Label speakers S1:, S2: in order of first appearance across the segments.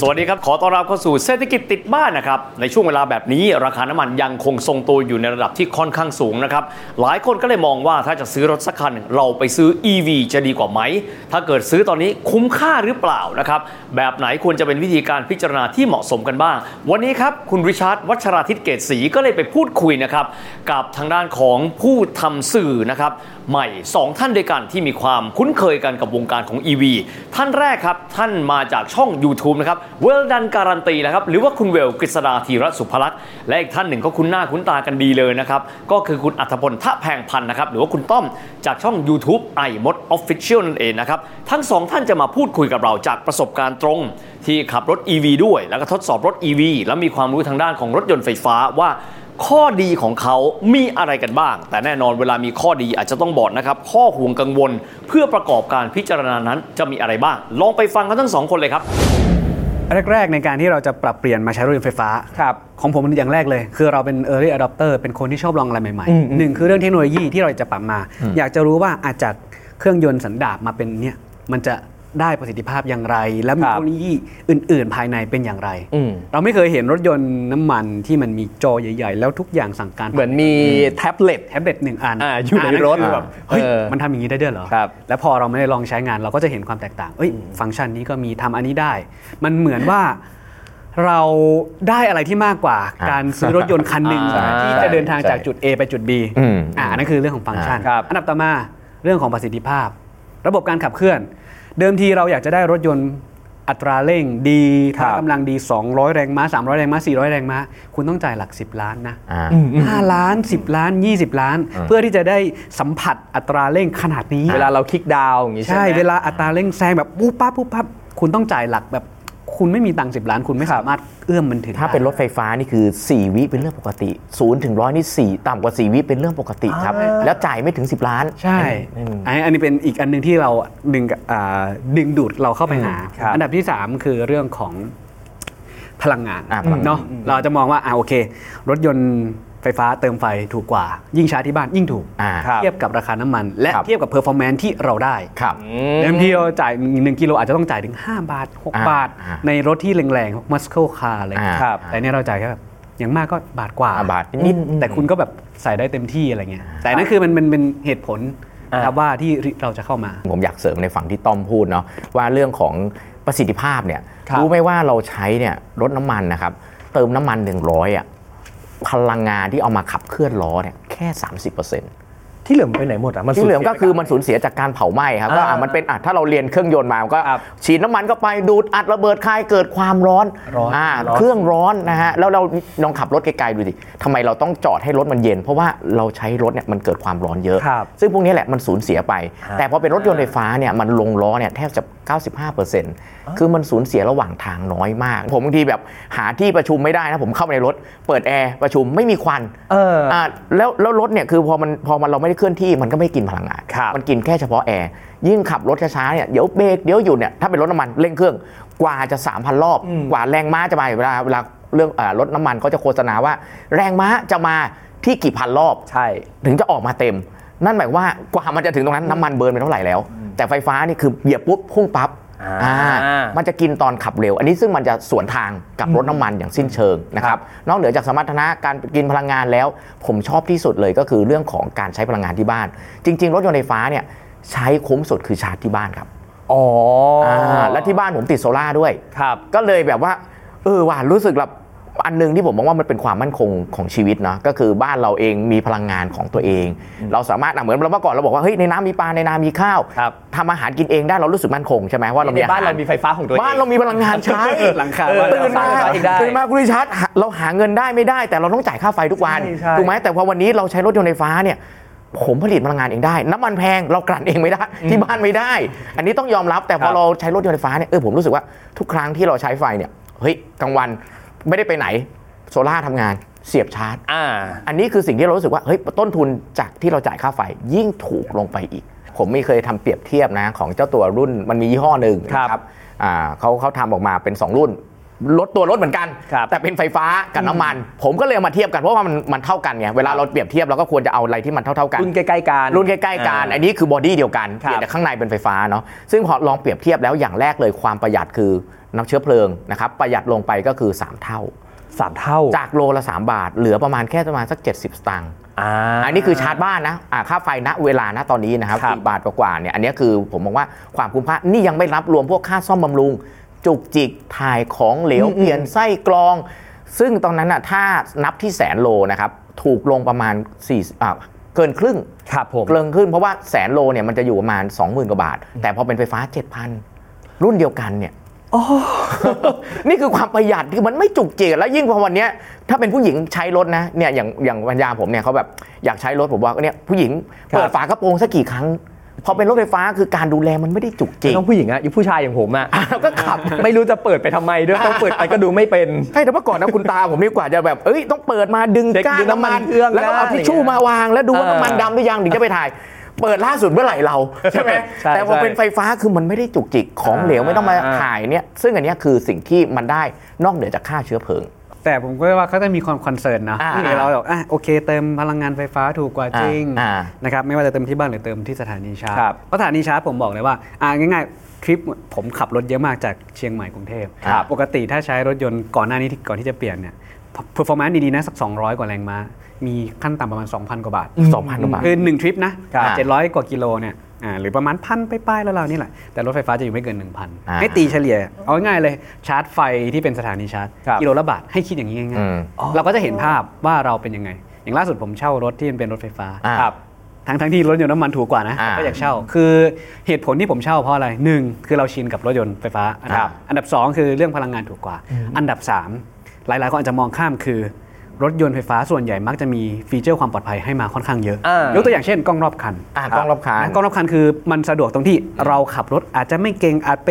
S1: สวัสดีครับ ขอต้อนรับเข้าสู่เศรษฐกิจติดบ้านนะครับ ในช่วงเวลาแบบนี้ราคาน้ำมันยังคงทรงตัวอยู่ในระดับที่ค่อนข้างสูงนะครับ หลายคนก็เลยมองว่าถ้าจะซื้อรถสักคัน เราไปซื้อ EV จะดีกว่าไหม ถ้าเกิดซื้อตอนนี้คุ้มค่าหรือเปล่านะครับ แบบไหนควรจะเป็นวิธีการพิจารณาที่เหมาะสมกันบ้าง วันนี้ครับคุณริชาร์ดวัชราทิตเกตศรีก็เลยไปพูดคุยนะครับกับทางด้านของผู้ทำสื่อนะครับใหม่สองท่านด้วยกันที่มีความคุ้นเคยกันกับวงการของ EV ท่านแรกครับท่านมาจากช่อง YouTube นะครับ Well Done การันตีนะครับหรือว่าคุณเวลกฤษดาธีรสุภลักษณ์และอีกท่านหนึ่งก็คุ้นหน้าคุ้นตากันดีเลยนะครับ ก็คือคุณอัธพลทะแพงพันธ์นะครับหรือว่าคุณต้อมจากช่อง YouTube ไอมด Official นั่นเองนะครับ ทั้งสองท่านจะมาพูดคุยกับเราจากประสบการณ์ตรง ที่ขับรถ EV ด้วย แล้วก็ทดสอบรถ EV แล้วมีความรู้ทางด้านของรถยนต์ไฟฟ้าว่า ข้อดีของเขามีอะไรกันบ้าง แต่แน่นอนเวลามีข้อดีอาจจะต้องบอกนะครับ ข้อห่วงกังวล เพื่อประกอบการพิจารณานั้นจะมีอะไรบ้าง ลองไปฟังกันทั้งสองคนเลยครับ
S2: แรก ๆ ในการที่เราจะปรับเปลี่ยนมาใช้รถยนต์ไฟฟ้า
S3: ครับ
S2: ของผมอย่างแรกเลย คือเราเป็น early adopter เป็นคนที่ชอบลองอะไรใหม่
S3: อืมอื
S2: ๆ
S3: ม
S2: หนึ่งคือเรื่องเทคโนโลยีที่เราจะปรับมา อยากจะรู้ว่าอาจจากเครื่องยนต์สันดาปมาเป็นเนี่ยมันจะได้ประสิทธิภาพอย่างไร และมี
S3: ครั
S2: เท
S3: บ
S2: คโนโลยีอื่น ๆ ภายในเป็นอย่างไร
S3: อืม
S2: เราไม่เคยเห็นรถยนต์น้ำมันที่มันมีจอใหญ่ ๆ แล้วทุกอย่างสั่งการ
S3: เหมือนมีแท็บเล็ต
S2: แท็บเล็ตหนึ่งอัน
S3: อ่าอยู่ใน
S2: น
S3: รถ
S2: คือแบบเฮ้ย
S3: เออ
S2: มันทำอย่างนี้ได้ด้วยเหรอ
S3: ครับ
S2: แล้วพอเราไม่ได้ลองใช้งานเราก็จะเห็นความแตกต่าง เอ้ย ฟังก์ชันนี้ก็มีทำอันนี้ได้ มันเหมือนว่าเราได้อะไรที่มากกว่า การซื้อรถยนต์คันหนึ่ง
S3: อ่า
S2: ที่
S3: ใช่
S2: จะเดินทาง
S4: ใช่
S2: จากจุด A ไปจุด B
S4: อืม
S2: อ่านั่นคือเรื่องของฟังก์ชัน
S3: ครับ
S2: อันดับต่อมาเรื่องของประสิทธิภาพ ระบบการขับเคลื่อน เดิมทีเราอยากจะได้รถยนต์อัตราเร่งดี
S3: ครั
S2: ท่า
S3: บ
S2: กำลังดี 200 แรงม้า 300 แรงม้า 400 แรงม้า คุณต้องจ่ายหลัก 10 ล้านนะ
S4: า
S2: 5 ล้าน 10 ล้าน 20 ล้าน เพื่อที่จะได้สัมผัสอัตราเร่งขนาดนี้
S3: เวลาเราคลิกดาวน์อย่างนี้ใช่
S2: ใช่
S3: ไหม
S2: เวลาอัตราเร่งแซงแบบปุ๊บปั๊บปุ๊บปั๊บคุณต้องจ่ายหลักแบบ คุณไม่มีตังค์สิบล้าน คุณไม่สามารถเอื้อมมันถึง
S4: ถ้าเป็นรถไฟฟ้านี่คือ 4 วิเป็นเรื่องปกติ0ูนย์ถึงร้อยนี่ 4 ต่ำกว่า 4 วิเป็นเรื่องปกติครับ แล้วจ่ายไม่ถึง 10 ล้าน
S2: ใช่อันนี้อันนี้เป็นอีกอันหนึงที่เราดึงอ่าดึงดูดเราเข้าไปหา
S3: ครับ
S2: อันดับที่ 3 คือเรื่องของพลังงาน
S4: อ่าพลังงาน
S2: เนาะเราจะมองว่าอ่าโอเค รถยนต์ไฟฟ้าเติมไฟถูกกว่า ยิ่งชาร์จที่บ้านยิ่งถูก
S4: อ่า
S3: ครับ
S2: เทียบกับราคาน้ำมัน และ
S4: ครับ
S2: เทียบกับเพอร์ฟอร์แมนที่เราได้
S4: ครับ
S2: เดิมทีเราจ่าย 1 กิโลอาจจะต้องจ่ายถึง 5 บาท
S4: อ่า
S2: 6 บาท
S4: อ่า
S2: ในรถที่แรงๆมัสโคคาร์อะไรอย่างเงี้ย
S4: อ่าครับ
S2: แต่เนี่ยเราจ่ายแค่แบบอย่างมากก็บาทกว่า
S4: อาบาทนิด
S2: แต่คุณก็แบบใส่ได้เต็มที่อะไรเงี้ยแต่นั่นคือมันมันเป็นเหตุผลนะครับว่าที่เราจะเข้ามา
S4: ผมอยากเสริมในฝั่งที่ต้อมพูดเนาะว่าเรื่องของประสิทธิภาพเนี่ย
S3: ครับ
S4: รู้ไหมว่าเราใช้เนี่ยรถน้ำมันนะครับ เติมน้ำมัน 100อ่ะพลังงานที่เอามาขับเคลื่อนล้อเนี่ยแค่ 30%
S3: ที่เหลือมันไปไหนหมดอ่ะ มัน
S4: ที่เหลือ
S3: สูญสีย
S4: ก็คือ
S3: ไป
S4: มันสูญเสียจากการเผาไหม้ครับก็อ่ะ
S3: อ่ามั
S4: มันเป็นอ่ะถ้าเราเรียนเครื่องยนต์มามันก็
S3: ครับ
S4: ฉีดน้ำมันก็ไปดูดอัดระเบิดคายเกิดความร้อน
S3: ร้อน
S4: อ่า
S3: ร้อน
S4: เครื่องร้อนนะฮะแล้วเราลองขับรถไกลๆดูสิทำไมเราต้องจอดให้รถมันเย็น เพราะว่าเราใช้รถเนี่ยมันเกิดความร้อนเยอะ
S3: ครับ
S4: ซึ่งพวกนี้แหละมันสูญเสียไป แต่พอเป็นรถยนต์ไฟฟ้าเนี่ยมันลงล้อเนี่ยแทบจะ 95%คือมันสูญเสียระหว่างทางน้อยมาก ผมบางทีแบบหาที่ประชุมไม่ได้นะผมเข้าไปในรถ เปิดแอร์ประชุมไม่มีควัน
S3: เอออ่
S4: ะแล้วแล้วรถเนี่ยคือพอมันพอมันเราไม่ได้เคลื่อนที่มันก็ไม่กินพลังงาน
S3: ครับ
S4: มันกินแค่เฉพาะแอร์ยิ่งขับรถช้าๆเนี่ยเดี๋ยวเบรกเดี๋ยวหยุดเนี่ยถ้าเป็นรถน้ำมันเร่งเครื่องกว่าจะ 3,000 รอบ
S3: อืม
S4: กว่าแรงม้าจะมาเวลาเวลาเรื่องเอ่อรถน้ำมันก็จะโฆษณาว่า แรงม้าจะมาที่กี่พันรอบ
S3: ใช่
S4: ถึงจะออกมาเต็ม นั่นหมายว่ากว่ามันจะถึงตรงนั้นน้ำมันเบิร์นไปเท่าไหร่แล้ว แต่ไฟฟ้านี่คือเหยียบปุ๊บพุ่งปั๊บ
S3: อ่า
S4: อ่ามันจะกินตอนขับเร็ว อันนี้ซึ่งมันจะสวนทางกับรถน้ำมันอย่างสิ้นเชิงนะครับนอกเหนือจากสมรรถนะการกินพลังงานแล้ว ผมชอบที่สุดเลยก็คือเรื่องของการใช้พลังงานที่บ้าน จริง ๆ รถยนต์ไฟฟ้าเนี่ยใช้คุ้มสุดคือชาร์จที่บ้านครับ
S3: อ๋ออา
S4: และที่บ้านผมติดโซล่าร์ด้วย
S3: ครับ
S4: ก็เลยแบบว่า เออว่ะรู้สึกแบบอันหนึงที่ผมมองว่ามันเป็นความมั่นคงของชีวิตเนาะก็คือบ้านเราเองมีพลังงานของตัวเอง เราสามารถอ่ะเหมือนเราเมื่อก่อนเราบอกว่าเฮ้ยในน้ำมีปลาในนามีข้าว
S3: ครับ
S4: ทำอาหารกินเองได้เรารู้สึกมั่นคงใช่ไหมว่าเรา
S3: ใน
S4: มีอา
S3: บ้าน
S4: หาร
S3: เรามีไฟฟ้าของตัวเอง
S4: บ้านเรามีพลังงานใช้
S2: หลังคา
S4: เออ
S2: บ้านเรา
S3: ส
S4: ตื่นมา
S3: ร้างไฟฟ้าเองได้
S4: ตื่นมาคุณริชาร์ดเราหาเงินได้ไม่ได้ แต่เราต้องจ่ายค่าไฟทุกวัน
S3: ใช่ใช่
S4: ถูกไหมแต่พอวันนี้เราใช้รถยนต์ไฟฟ้าเนี่ยผมผลิตพลังงานเองได้ น้ำมันแพงเรากลั่นเองไม่ได้ที่บ้านไม่ได้ อันนี้ต้องยอมรับแต่พ
S3: ครั
S4: อบ เรา เราใช้รถยนต์ไฟฟ้าเนี่ยเออผมรู้สึกว่าทุกครั้งที่เราใช้ไฟเนี่ยเฮ้ยกลางวันไม่ได้ไปไหนโซล่าร์ทำงานเสียบชาร์จ
S3: อ่า
S4: อันนี้คือสิ่งที่เรารู้สึกว่าเฮ้ยต้นทุนจากที่เราจ่ายค่าไฟยิ่งถูกลงไปอีก ผมมีเคยทำเปรียบเทียบนะของเจ้าตัวรุ่นมันมียี่ห้อหนึ่ง
S3: ครับ
S4: นะ อ่าเขาเขาทำออกมาเป็น 2 รุ่นรถตัวรถเหมือนกัน
S1: ครับ
S4: แต่เป็นไฟฟ้ากับน้ำมัน ผมก็เลยเอามาเทียบกันเพราะว่ามันมันเท่ากันไงเวลาเราเปรียบเทียบเราก็ควรจะเอาอะไรที่มันเท่าเท่าๆกัน
S3: รุ่นใกล้ๆกัน
S4: รุ่นใกล้ๆกัน
S1: อ่า
S4: อันนี้คือบอดี้เดียวกัน
S1: ครับ
S4: เพียงแต่ข้างในเป็นไฟฟ้าเนาะ ซึ่งพอลองเปรียบเทียบแล้วอย่างแรกเลยความประหยัดคือน้ำเชื้อเพลิงนะครับ ประหยัดลงไปก็คือ 3 เท่า
S3: สามเท่า
S4: จากโลละ 3 บาท เหลือประมาณแค่ประมาณสัก 70 สตางค์
S3: อ่า
S4: อันนี้คือชาร์จบ้านนะอ่าค่าไฟณเวลาณตอนนี้นะครับ
S3: ครับ
S4: สี่บาทกว่าๆเนี่ย อันนี้คือผมมองว่าความคุ้มค่า นี่ยังไม่รับรวมพวกค่าซ่อมบำรุง จุกจิก ถ่ายของเหลว เปลี่ยนไส้กรอง ซึ่งตอนนั้นน่ะ ถ้านับที่แสนโลนะครับ ถูกลงประมาณ4อ่าเกินครึ่ง
S3: ครับผม
S4: เกินขึ้นเพราะว่าแสนโลเนี่ยมันจะอยู่ประมาณ 20,000กว่าบาท แต่พอเป็นไฟฟ้า 7,000 รุ่นเดียวกันเนี่ย นี่คือความประหยัดคือมันไม่จุกจิกแล้วยิ่งพอวันเนี้ยถ้าเป็นผู้หญิงใช้รถนะเนี่ยอย่างอย่างปัญญาผมเนี่ยเขาแบบอยากใช้รถผมว่าเนี่ยผู้หญิง
S3: ครับ
S4: เปิดฝากระโปรงสักกี่ครั้ง พอเป็นรถไฟฟ้าคือการดูแลมันไม่ได้จุกจิก
S3: ต้องผู้หญิงอะอยู่ผู้ชายอย่างผมอะ
S4: เราก็ขับ
S3: ไม่รู้จะเปิดไปทำไมด้วยต้องเปิดไปก็ดูไม่เป็น
S4: ใช่แต่เมื่อก่อนนะคุณ ตาผมนี่กว่าจะแบบเอ้ยต้องเปิดมาดึง
S3: เช็ค
S4: ก้า
S3: ดึ
S4: น
S3: งน้ำ
S4: น้ำ
S3: มั
S4: มันน
S3: เครื่อง
S4: แล้วก็เอา
S3: ได้
S4: ทิชชู่มาวางแล้วดูว่า
S3: เออ
S4: น้ำมันดำหรือยังถึงจะไปถ่าย เปิดล่าสุดเมื่อไหร่ เราใช่ไหม
S3: ใช่
S4: แต่พอ
S3: ใช่
S4: เป็นไฟฟ้าคือมันไม่ได้จุกจิกของเหลวไม่ต้องมา
S3: อ่า
S4: ถ่ายเนี่ยซึ่งอันเนี้ยคือสิ่งที่มันได้นอกเหนือจากค่าเชื้อเพลิง
S2: แต่ผมก็ว่าเขาจะมีความคอนเซิร์นนะ
S4: อ่า
S2: ที่เราแบบอ่ะโอเคเติมพลังงานไฟฟ้าถูกกว่าจริง
S4: อ่า
S2: นะครับไม่ว่าจะเติมที่บ้านหรือเติมที่สถานีชาร์จ
S3: ครับ
S2: เพราะสถานีชาร์จผมบอกเลยว่าอ่ะง่ายๆทริปผมขับรถเยอะมากจากเชียงใหม่กรุงเทพ
S4: ครับ
S2: ปกติถ้าใช้รถยนต์ก่อนหน้านี้ที่ก่อนที่จะเปลี่ยนเนี่ยเพอร์ฟอร์แมนซ์ดีๆนะสัก 200 กว่าแรงม้า มีขั้นต่ำประมาณ 2,000 กว่าบาท
S4: 2,000กว่าบาท
S2: คือ1ทริปนะครับ เจ็ดร้อยกว่ากิโลเนี่ยอ่าหรือประมาณพันไปป้ายๆแล้วเรานี่แหละ แต่รถไฟฟ้าจะอยู่ไม่เกิน
S4: อ่า
S2: 1,000 ให้ตีเฉลี่ย เอาง่ายๆเลยชาร์จไฟที่เป็นสถานีชาร์จ
S3: ครับ
S2: กิโลละบาทให้คิดอย่างนี้ง่าย
S4: อืม
S2: ๆเราก็จะเห็นภาพว่าเราเป็นยังไง อย่างล่าสุดผมเช่ารถที่มันเป็นรถไฟฟ้า
S4: อ่า
S3: ครับ
S2: ทั้งทั้งที่รถยนต์น้ำมันถูกกว่านะ
S4: อ่า
S2: ก็อยากเช่า คือเหตุผลที่ผมเช่าเพราะอะไรหนึ่งคือเราชินกับรถยนต์ไฟฟ้าอันดั
S4: ครับ บ
S2: อันดับสองคือเรื่องพลังงานถูกกว่า อันดับสามหลายๆคนอาจจะมองข้ามคือ รถยนต์ไฟฟ้าส่วนใหญ่มักจะมีฟีเจอร์ความปลอดภัยให้มาค่อนข้างเยอะ
S3: อ่าย
S2: กตัวอย่างเช่นกล้องรอบคัน
S4: อ่ากล้องรอบคัน
S2: นะกล้องรอบคันคือมันสะดวกตรงที่เราขับรถอาจจะไม่เก่งอาจไป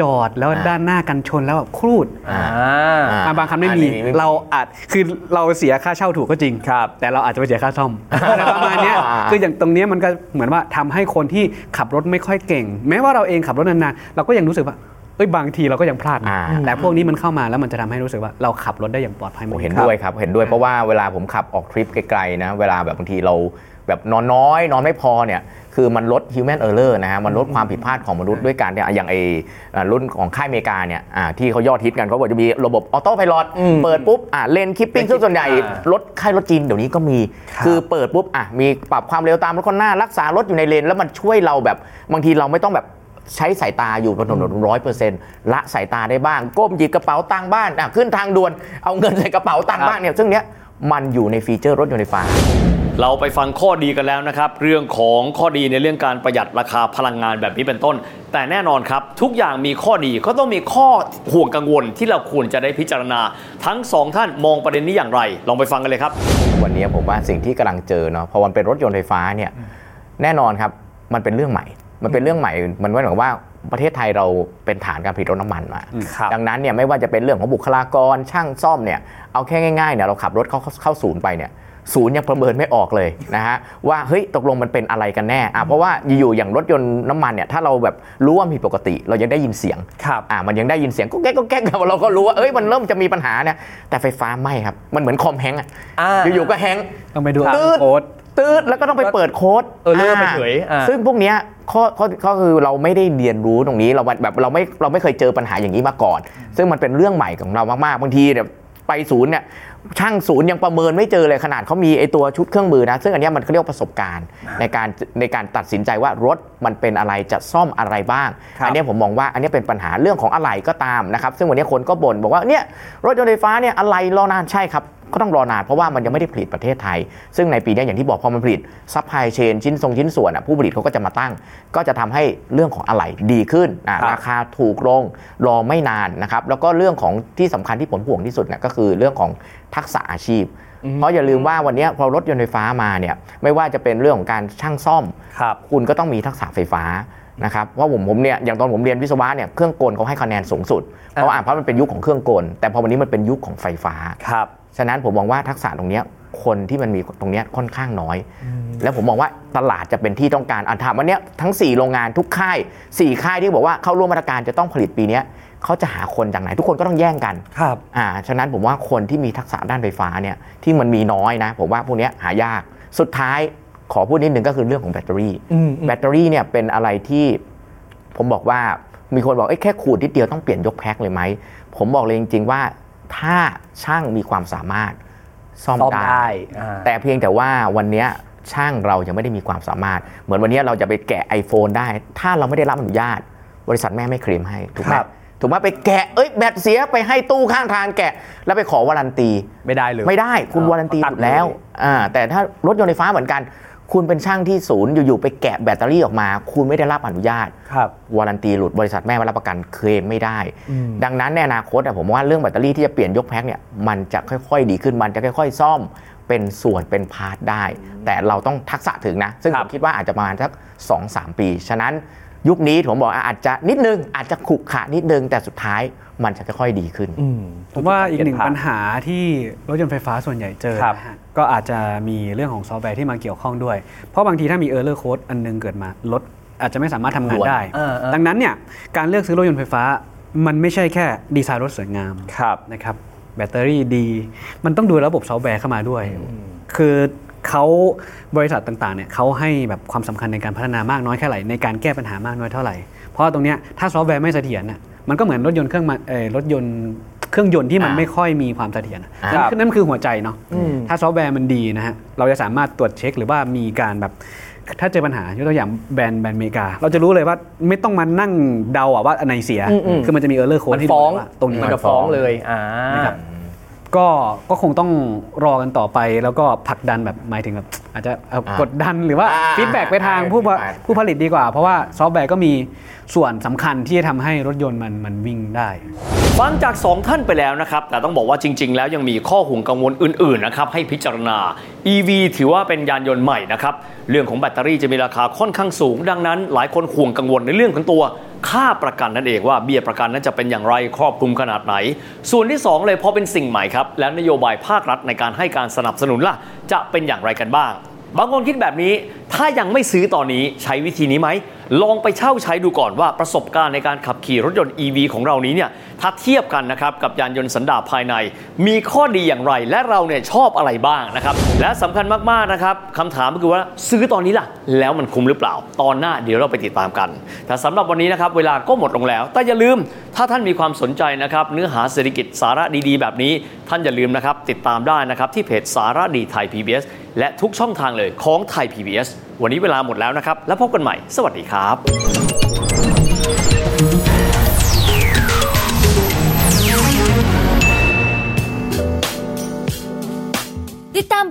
S2: จอดแล้ว
S4: อ่า
S2: ด้านหน้ากันชนแล้วแบบครูด
S4: อ่า
S3: า
S4: อ่ะ
S2: อ่ะบางคันไม่
S4: อันนี้
S2: มี
S4: ไม่มี
S2: เราอาจคือเราเสียค่าเช่าถูกก็จริง
S3: ครับ
S2: แต่เราอาจจะไปเสียค่า ซ่อม อะไรประมาณเนี้ย
S4: อ่า
S2: คืออย่างตรงเนี้ยมันก็เหมือนว่าทำให้คนที่ขับรถไม่ค่อยเก่ง แม้ว่าเราเองขับรถนานๆเราก็ยังรู้สึกว่าเอ้ยบางทีเราก็ยังพลาดนะ
S4: อ่า
S2: แต่พวกนี้มันเข้ามาแล้วมันจะทำให้รู้สึกว่าเราขับรถได้อย่างปลอดภัยมาก
S4: ผม
S2: ขึ้
S4: เห็นด้วยครับ เห็นด้วยเพราะว่าเวลาผมขับออกทริปไกลๆนะ เวลาแบบบางทีเราแบบนอนน้อย นอนไม่พอเนี่ย คือมันลด human error นะฮะ มันลดความผิดพลาดของมนุษย์ด้วยการเนี่ยอย่างไออ่ารุ่นของค่ายอเมริกาเนี่ยอ่าที่เขายอดฮิตกันเขาบอกจะมีระบบออโต้ไพลอตเปิดปุ๊บอ่าเลนคิปปิ้งซึ่งส่วนใหญ่
S3: อ่าร
S4: ถค่ายรถจีนเดี๋ยวนี้ก็มี คือเปิดปุ๊บอ่ะมีปรับความเร็วตามรถข้างหน้ารักษารถอยู่ในเลนแล้วมันช่วยเราแบบบางทีเราไม่ต้องแบบ ใช้สายตาอยู่บนถนนร้อยเปอร์เซ็นต์ละสายตาได้บ้าง ก้มหยิบกระเป๋าตังค์บ้านอ่ะขึ้นทางด่วน เอาเงินใส่กระเป๋าตังค์บ้างเนี่ย ซึ่งเนี้ยมันอยู่ในฟีเจอร์รถยนต์ไฟฟ้า
S1: เราไปฟังข้อดีกันแล้วนะครับ เรื่องของข้อดีในเรื่องการประหยัดราคาพลังงานแบบนี้เป็นต้น แต่แน่นอนครับ ทุกอย่างมีข้อดีก็ต้องมีข้อห่วงกังวลที่เราควรจะได้พิจารณา ทั้งสองท่านมองประเด็นนี้อย่างไร ลองไปฟังกันเลยครับ
S4: วันนี้ผมว่าสิ่งที่กำลังเจอเนาะพอมันเป็นรถยนต์ไฟฟ้าเนี่ยแน่นอนครับมันเป็นเรื่องใหม่ มันเป็นเรื่องใหม่มันไม่เหมือนว่าประเทศไทยเราเป็นฐานการผลิตรถน้ำมันมา
S3: ครับ
S4: ดังนั้นเนี่ยไม่ว่าจะเป็นเรื่องของบุคลากรช่างซ่อมเนี่ยเอาแค่ง่ายๆเนี่ยเราขับรถเข้าเข้าศูนย์ไปเนี่ยศูนย์ยังประเมินไม่ออกเลยนะฮะว่าเฮ้ยตกลงมันเป็นอะไรกันแน่อ่ะเพราะว่าอยู่ๆอย่างรถยนต์น้ำมันเนี่ยถ้าเราแบบรู้ว่าผิดปกติ เรายังได้ยินเสียง
S3: ครับ
S4: อ่ามันยังได้ยินเสียงก็แก๊กก็แก๊กเราก็รู้ว่าเอ้ยมันเริ่มจะมีปัญหาเนี่ยแต่ไฟฟ้าไม่ครับ มันเหมือนคอมแฮงก์อะ
S3: อ่า
S4: อยู่ๆก็แฮงก์
S2: ต้องไปดู
S4: ตืด
S2: โค้ด
S4: ตืดแล้วก็ต้องไปเปิดโค้ด
S3: เออเลื่อนไปเฉยอ่า
S4: ซึ่งพวกเนี้ยข้อข้อข้อคือเราไม่ได้เรียนรู้ตรงนี้เราแบบเราไม่เราไม่เคยเจอปัญหาอย่างนี้มาก่อน ซึ่งมันเป็นเรื่องใหม่ของเรามากๆบางทีเนี่ยไปศูนย์เนี่ยช่างศูนย์ยังประเมินไม่เจอเลยขนาดเขามีไอตัวชุดเครื่องมือนะซึ่งอันเนี้ยมันเขาเรียกว่าประสบการณ์ในการในการตัดสินใจว่ารถมันเป็นอะไรจะซ่อมอะไรบ้าง
S3: ครับ
S4: อันเนี้ยผมมองว่าอันเนี้ยเป็นปัญหาเรื่องของอะไหล่ก็ตามนะครับ ซึ่งวันเนี้ยคนก็บ่นบอกว่าเนี่ยรถยนต์ไฟฟ้าเนี่ยอะไหล่รอนานใช่ครับ ก็ต้องรอนานเพราะว่ามันยังไม่ได้ผลิตประเทศไทย ซึ่งในปีเนี้ยอย่างที่บอกพอมันผลิตซัพพลายเชนชิ้นทรงชิ้นส่วนอ่ะผู้ผลิตเขาก็จะมาตั้ง ก็จะทำให้เรื่องของอะไหล่ดีขึ้นอ่ะ
S3: ครับ
S4: ราคาถูกลงรอไม่นานนะครับแล้วก็เรื่องของที่สำคัญที่ผมห่วงที่สุดเนี่ยก็คือเรื่องของทักษะอาชีพ เพราะอย่าลืมว่าวันเนี้ยพอรถยนต์ไฟฟ้ามาเนี่ยไม่ว่าจะเป็นเรื่องของการช่างซ่อม
S3: ครับ
S4: คุณก็ต้องมีทักษะไฟฟ้านะครับเพราะผมผมเนี่ยอย่างตอนผมเรียนวิศวะเนี่ยเครื่องกลเขาให้คะแนนสูงสุดเพราะอ่าเพราะมันเป็นยุคของเครื่องกล แต่พอวันนี้มันเป็นยุคของไฟฟ้า
S3: ครับ
S4: ฉะนั้นผมมองว่าทักษะตรงเนี้ย คนที่มันมีตรงเนี้ยค่อนข้างน้อย แล้วผมมองว่าตลาดจะเป็นที่ต้องการอันถามวันเนี้ยทั้ง 4 โรงงานทุกค่าย 4 ค่ายที่บอกว่าเข้าร่วมมาตรการจะต้องผลิตปีเนี้ยเขาจะหาคนจากไหนทุกคนก็ต้องแย่งกัน
S3: ครับ
S4: อ่า ฉะนั้นผมว่าคนที่มีทักษะด้านไฟฟ้าเนี่ยที่มันมีน้อยนะ ผมว่าพวกเนี้ยหายาก สุดท้ายขอพูดนิดนึงก็คือเรื่องของแบตเตอรี่
S3: อืมอืม
S4: แบตเตอรี่เนี่ยเป็นอะไรที่ผมบอกว่ามีคนบอกเอ้ยแค่ขูดนิดเดียวต้องเปลี่ยนยกแพ็คเลยไหม ผมบอกเลยจริง ๆ ว่าถ้าช่างมีความสามารถซ่อม
S3: ซ่อม
S4: ได้
S3: ได้อ่า
S4: แต่เพียงแต่ว่าวันเนี้ยช่างเรายังไม่ได้มีความสามารถ เหมือนวันเนี้ยเราจะไปแกะ iPhone ได้ ถ้าเราไม่ได้รับอนุญาต บริษัทแม่ไม่เคลมให้ถูกไหม
S3: ครับ
S4: ถูกไหมไปแกะเอ้ยแบตเสียไปให้ตู้ข้างทางแกะ แล้วไปขอวารันตี
S3: ไม่ได้เลย
S4: ไม่ได้คุ
S3: อ่าว
S4: ณารันตี
S3: ตั
S4: ห
S3: ด
S4: มดแล้ว
S3: เลย
S4: อ่าแต่ถ้ารถยนต์ไฟฟ้าเหมือนกัน คุณเป็นช่างที่ศูนย์อยู่ๆไปแกะแบตเตอรี่ออกมา คุณไม่ได้รับอนุญาต
S3: ครับ
S4: วารันตีหลุดบริษัทแม่ไม่รับประกันเคลมไม่ได้
S3: อืม
S4: ดังนั้นในอนาคตอะผมว่าเรื่องแบตเตอรี่ที่จะเปลี่ยนยกแพ็คเนี่ยมันจะค่อยๆ ดีขึ้นมันจะค่อย ๆ ซ่อมเป็นส่วนเป็นพาร์ทได้ แต่เราต้องทักษะถึงนะ ซึ่งผมคิดว่าอาจจะประมาณสัก2 3 ปี ฉะนั้นยุคนี้ผมบอกอ่ะอาจจะนิดนึง อาจจะขรุขระนิดนึง แต่สุดท้ายมันจะค่อยๆดีขึ้น
S3: อืม
S2: ผมว่าอีกหนึ่งปัญหาที่รถยนต์ไฟฟ้าส่วนใหญ่เจอ
S3: ครับ
S2: นะฮะก็อาจจะมีเรื่องของซอฟต์แวร์ที่มาเกี่ยวข้องด้วย เพราะบางทีถ้ามี Error Code อันหนึงเกิดมา รถอาจจะไม่สามารถทำงานได้
S3: เออเออ
S2: ดังนั้นเนี่ยการเลือกซื้อรถยนต์ไฟฟ้า มันไม่ใช่แค่ดีไซน์รถสวยงาม
S3: ครับ
S2: นะครับแบตเตอรี่ดี มันต้องดูระบบซอฟต์แวร์เข้ามาด้วย คือเขาบริษัทต่างๆเนี่ยเขาให้แบบความสำคัญในการพัฒนามากน้อยแค่ไหนในการแก้ปัญหามากน้อยเท่าไหร่ เพราะตรงเนี้ยถ้าซอฟต์แวร์ไม่เสถียรน่ะมันก็เหมือนรถยนต์เครื่องมาเอ่อรถยนต์เครื่องยนต์ที่มัน
S4: อ่า
S2: ไม่ค่อยมีความเสถียรน่ะ
S4: อ่า
S2: นั่นคือนั่นคือหัวใจเนาะ
S3: อืม
S2: ถ้าซอฟต์แวร์มันดีนะฮะเราจะสามารถตรวจเช็คหรือว่ามีการแบบถ้าเจอปัญหายกตัวอย่างแบรนด์แบรนด์อเมริกา เราจะรู้เลยว่าไม่ต้องมานั่งเดาอะว่าอันไหนเสียคือมันจะมีเออร์เลอร์โค้ด
S3: มัน
S2: ที่
S3: ฟ้อง
S2: ตรงนี้
S3: มันจะฟ้องเลยอ่า
S2: นะครับ ก็ก็คงต้องรอกันต่อไปแล้วก็ผลักดันแบบหมายถึงแบบอาจจะเอา
S4: อ่าก
S2: ดดันหรือว่า
S4: อ่า
S2: ฟีดแบ็กไปทาง
S4: ใช่
S2: ผู้ผลิต
S4: feedback
S2: ผู้ผลิตดีกว่า เพราะว่าซอฟต์แวร์ก็มีส่วนสำคัญที่จะทำให้รถยนต์มันมันวิ่งได้
S1: ฟังจาก 2 ท่านไปแล้วนะครับ แต่ต้องบอกว่าจริง ๆ แล้วยังมีข้อห่วงกังวลอื่น ๆ นะครับ ให้พิจารณา EV ถือว่าเป็นยานยนต์ใหม่นะครับ เรื่องของแบตเตอรี่จะมีราคาค่อนข้างสูง ดังนั้น หลายคนห่วงกังวลในเรื่องของตัว ค่าประกันนั่นเองว่าเบี้ยประกันนั้นจะเป็นอย่างไรครอบคลุมขนาดไหน ส่วนที่ 2 เลยพอเป็นสิ่งใหม่ครับและนโยบายภาครัฐในการให้การสนับสนุนล่ะจะเป็นอย่างไรกันบ้าง บางคนคิดแบบนี้ ถ้ายังไม่ซื้อตอนนี้ใช้วิธีนี้ไหม ลองไปเช่าใช้ดูก่อนว่าประสบการณ์ในการขับขี่รถยนต์ EV ของเรานี้เนี่ย ถ้าเทียบกันนะครับกับยานยนต์สันดาปภายใน มีข้อดีอย่างไร และเราเนี่ยชอบอะไรบ้างนะครับ และสำคัญมาก ๆ นะครับคำถามก็คือว่าซื้อตอนนี้ล่ะ แล้วมันคุ้มหรือเปล่า ตอนหน้าเดี๋ยวเราไปติดตามกัน แต่สำหรับวันนี้นะครับเวลาก็หมดลงแล้ว แต่อย่าลืม ถ้าท่านมีความสนใจนะครับเนื้อหาเศรษฐกิจสาระดี ๆ แบบนี้ ท่านอย่าลืมนะครับติดตามได้นะครับที่เพจสาระดีไทย PBS และทุกช่องทางเลยของไทย PBS วันนี้เวลาหมดแล้วนะครับ แล้วพบกันใหม่ สวัสดีครับ
S5: ติดตาม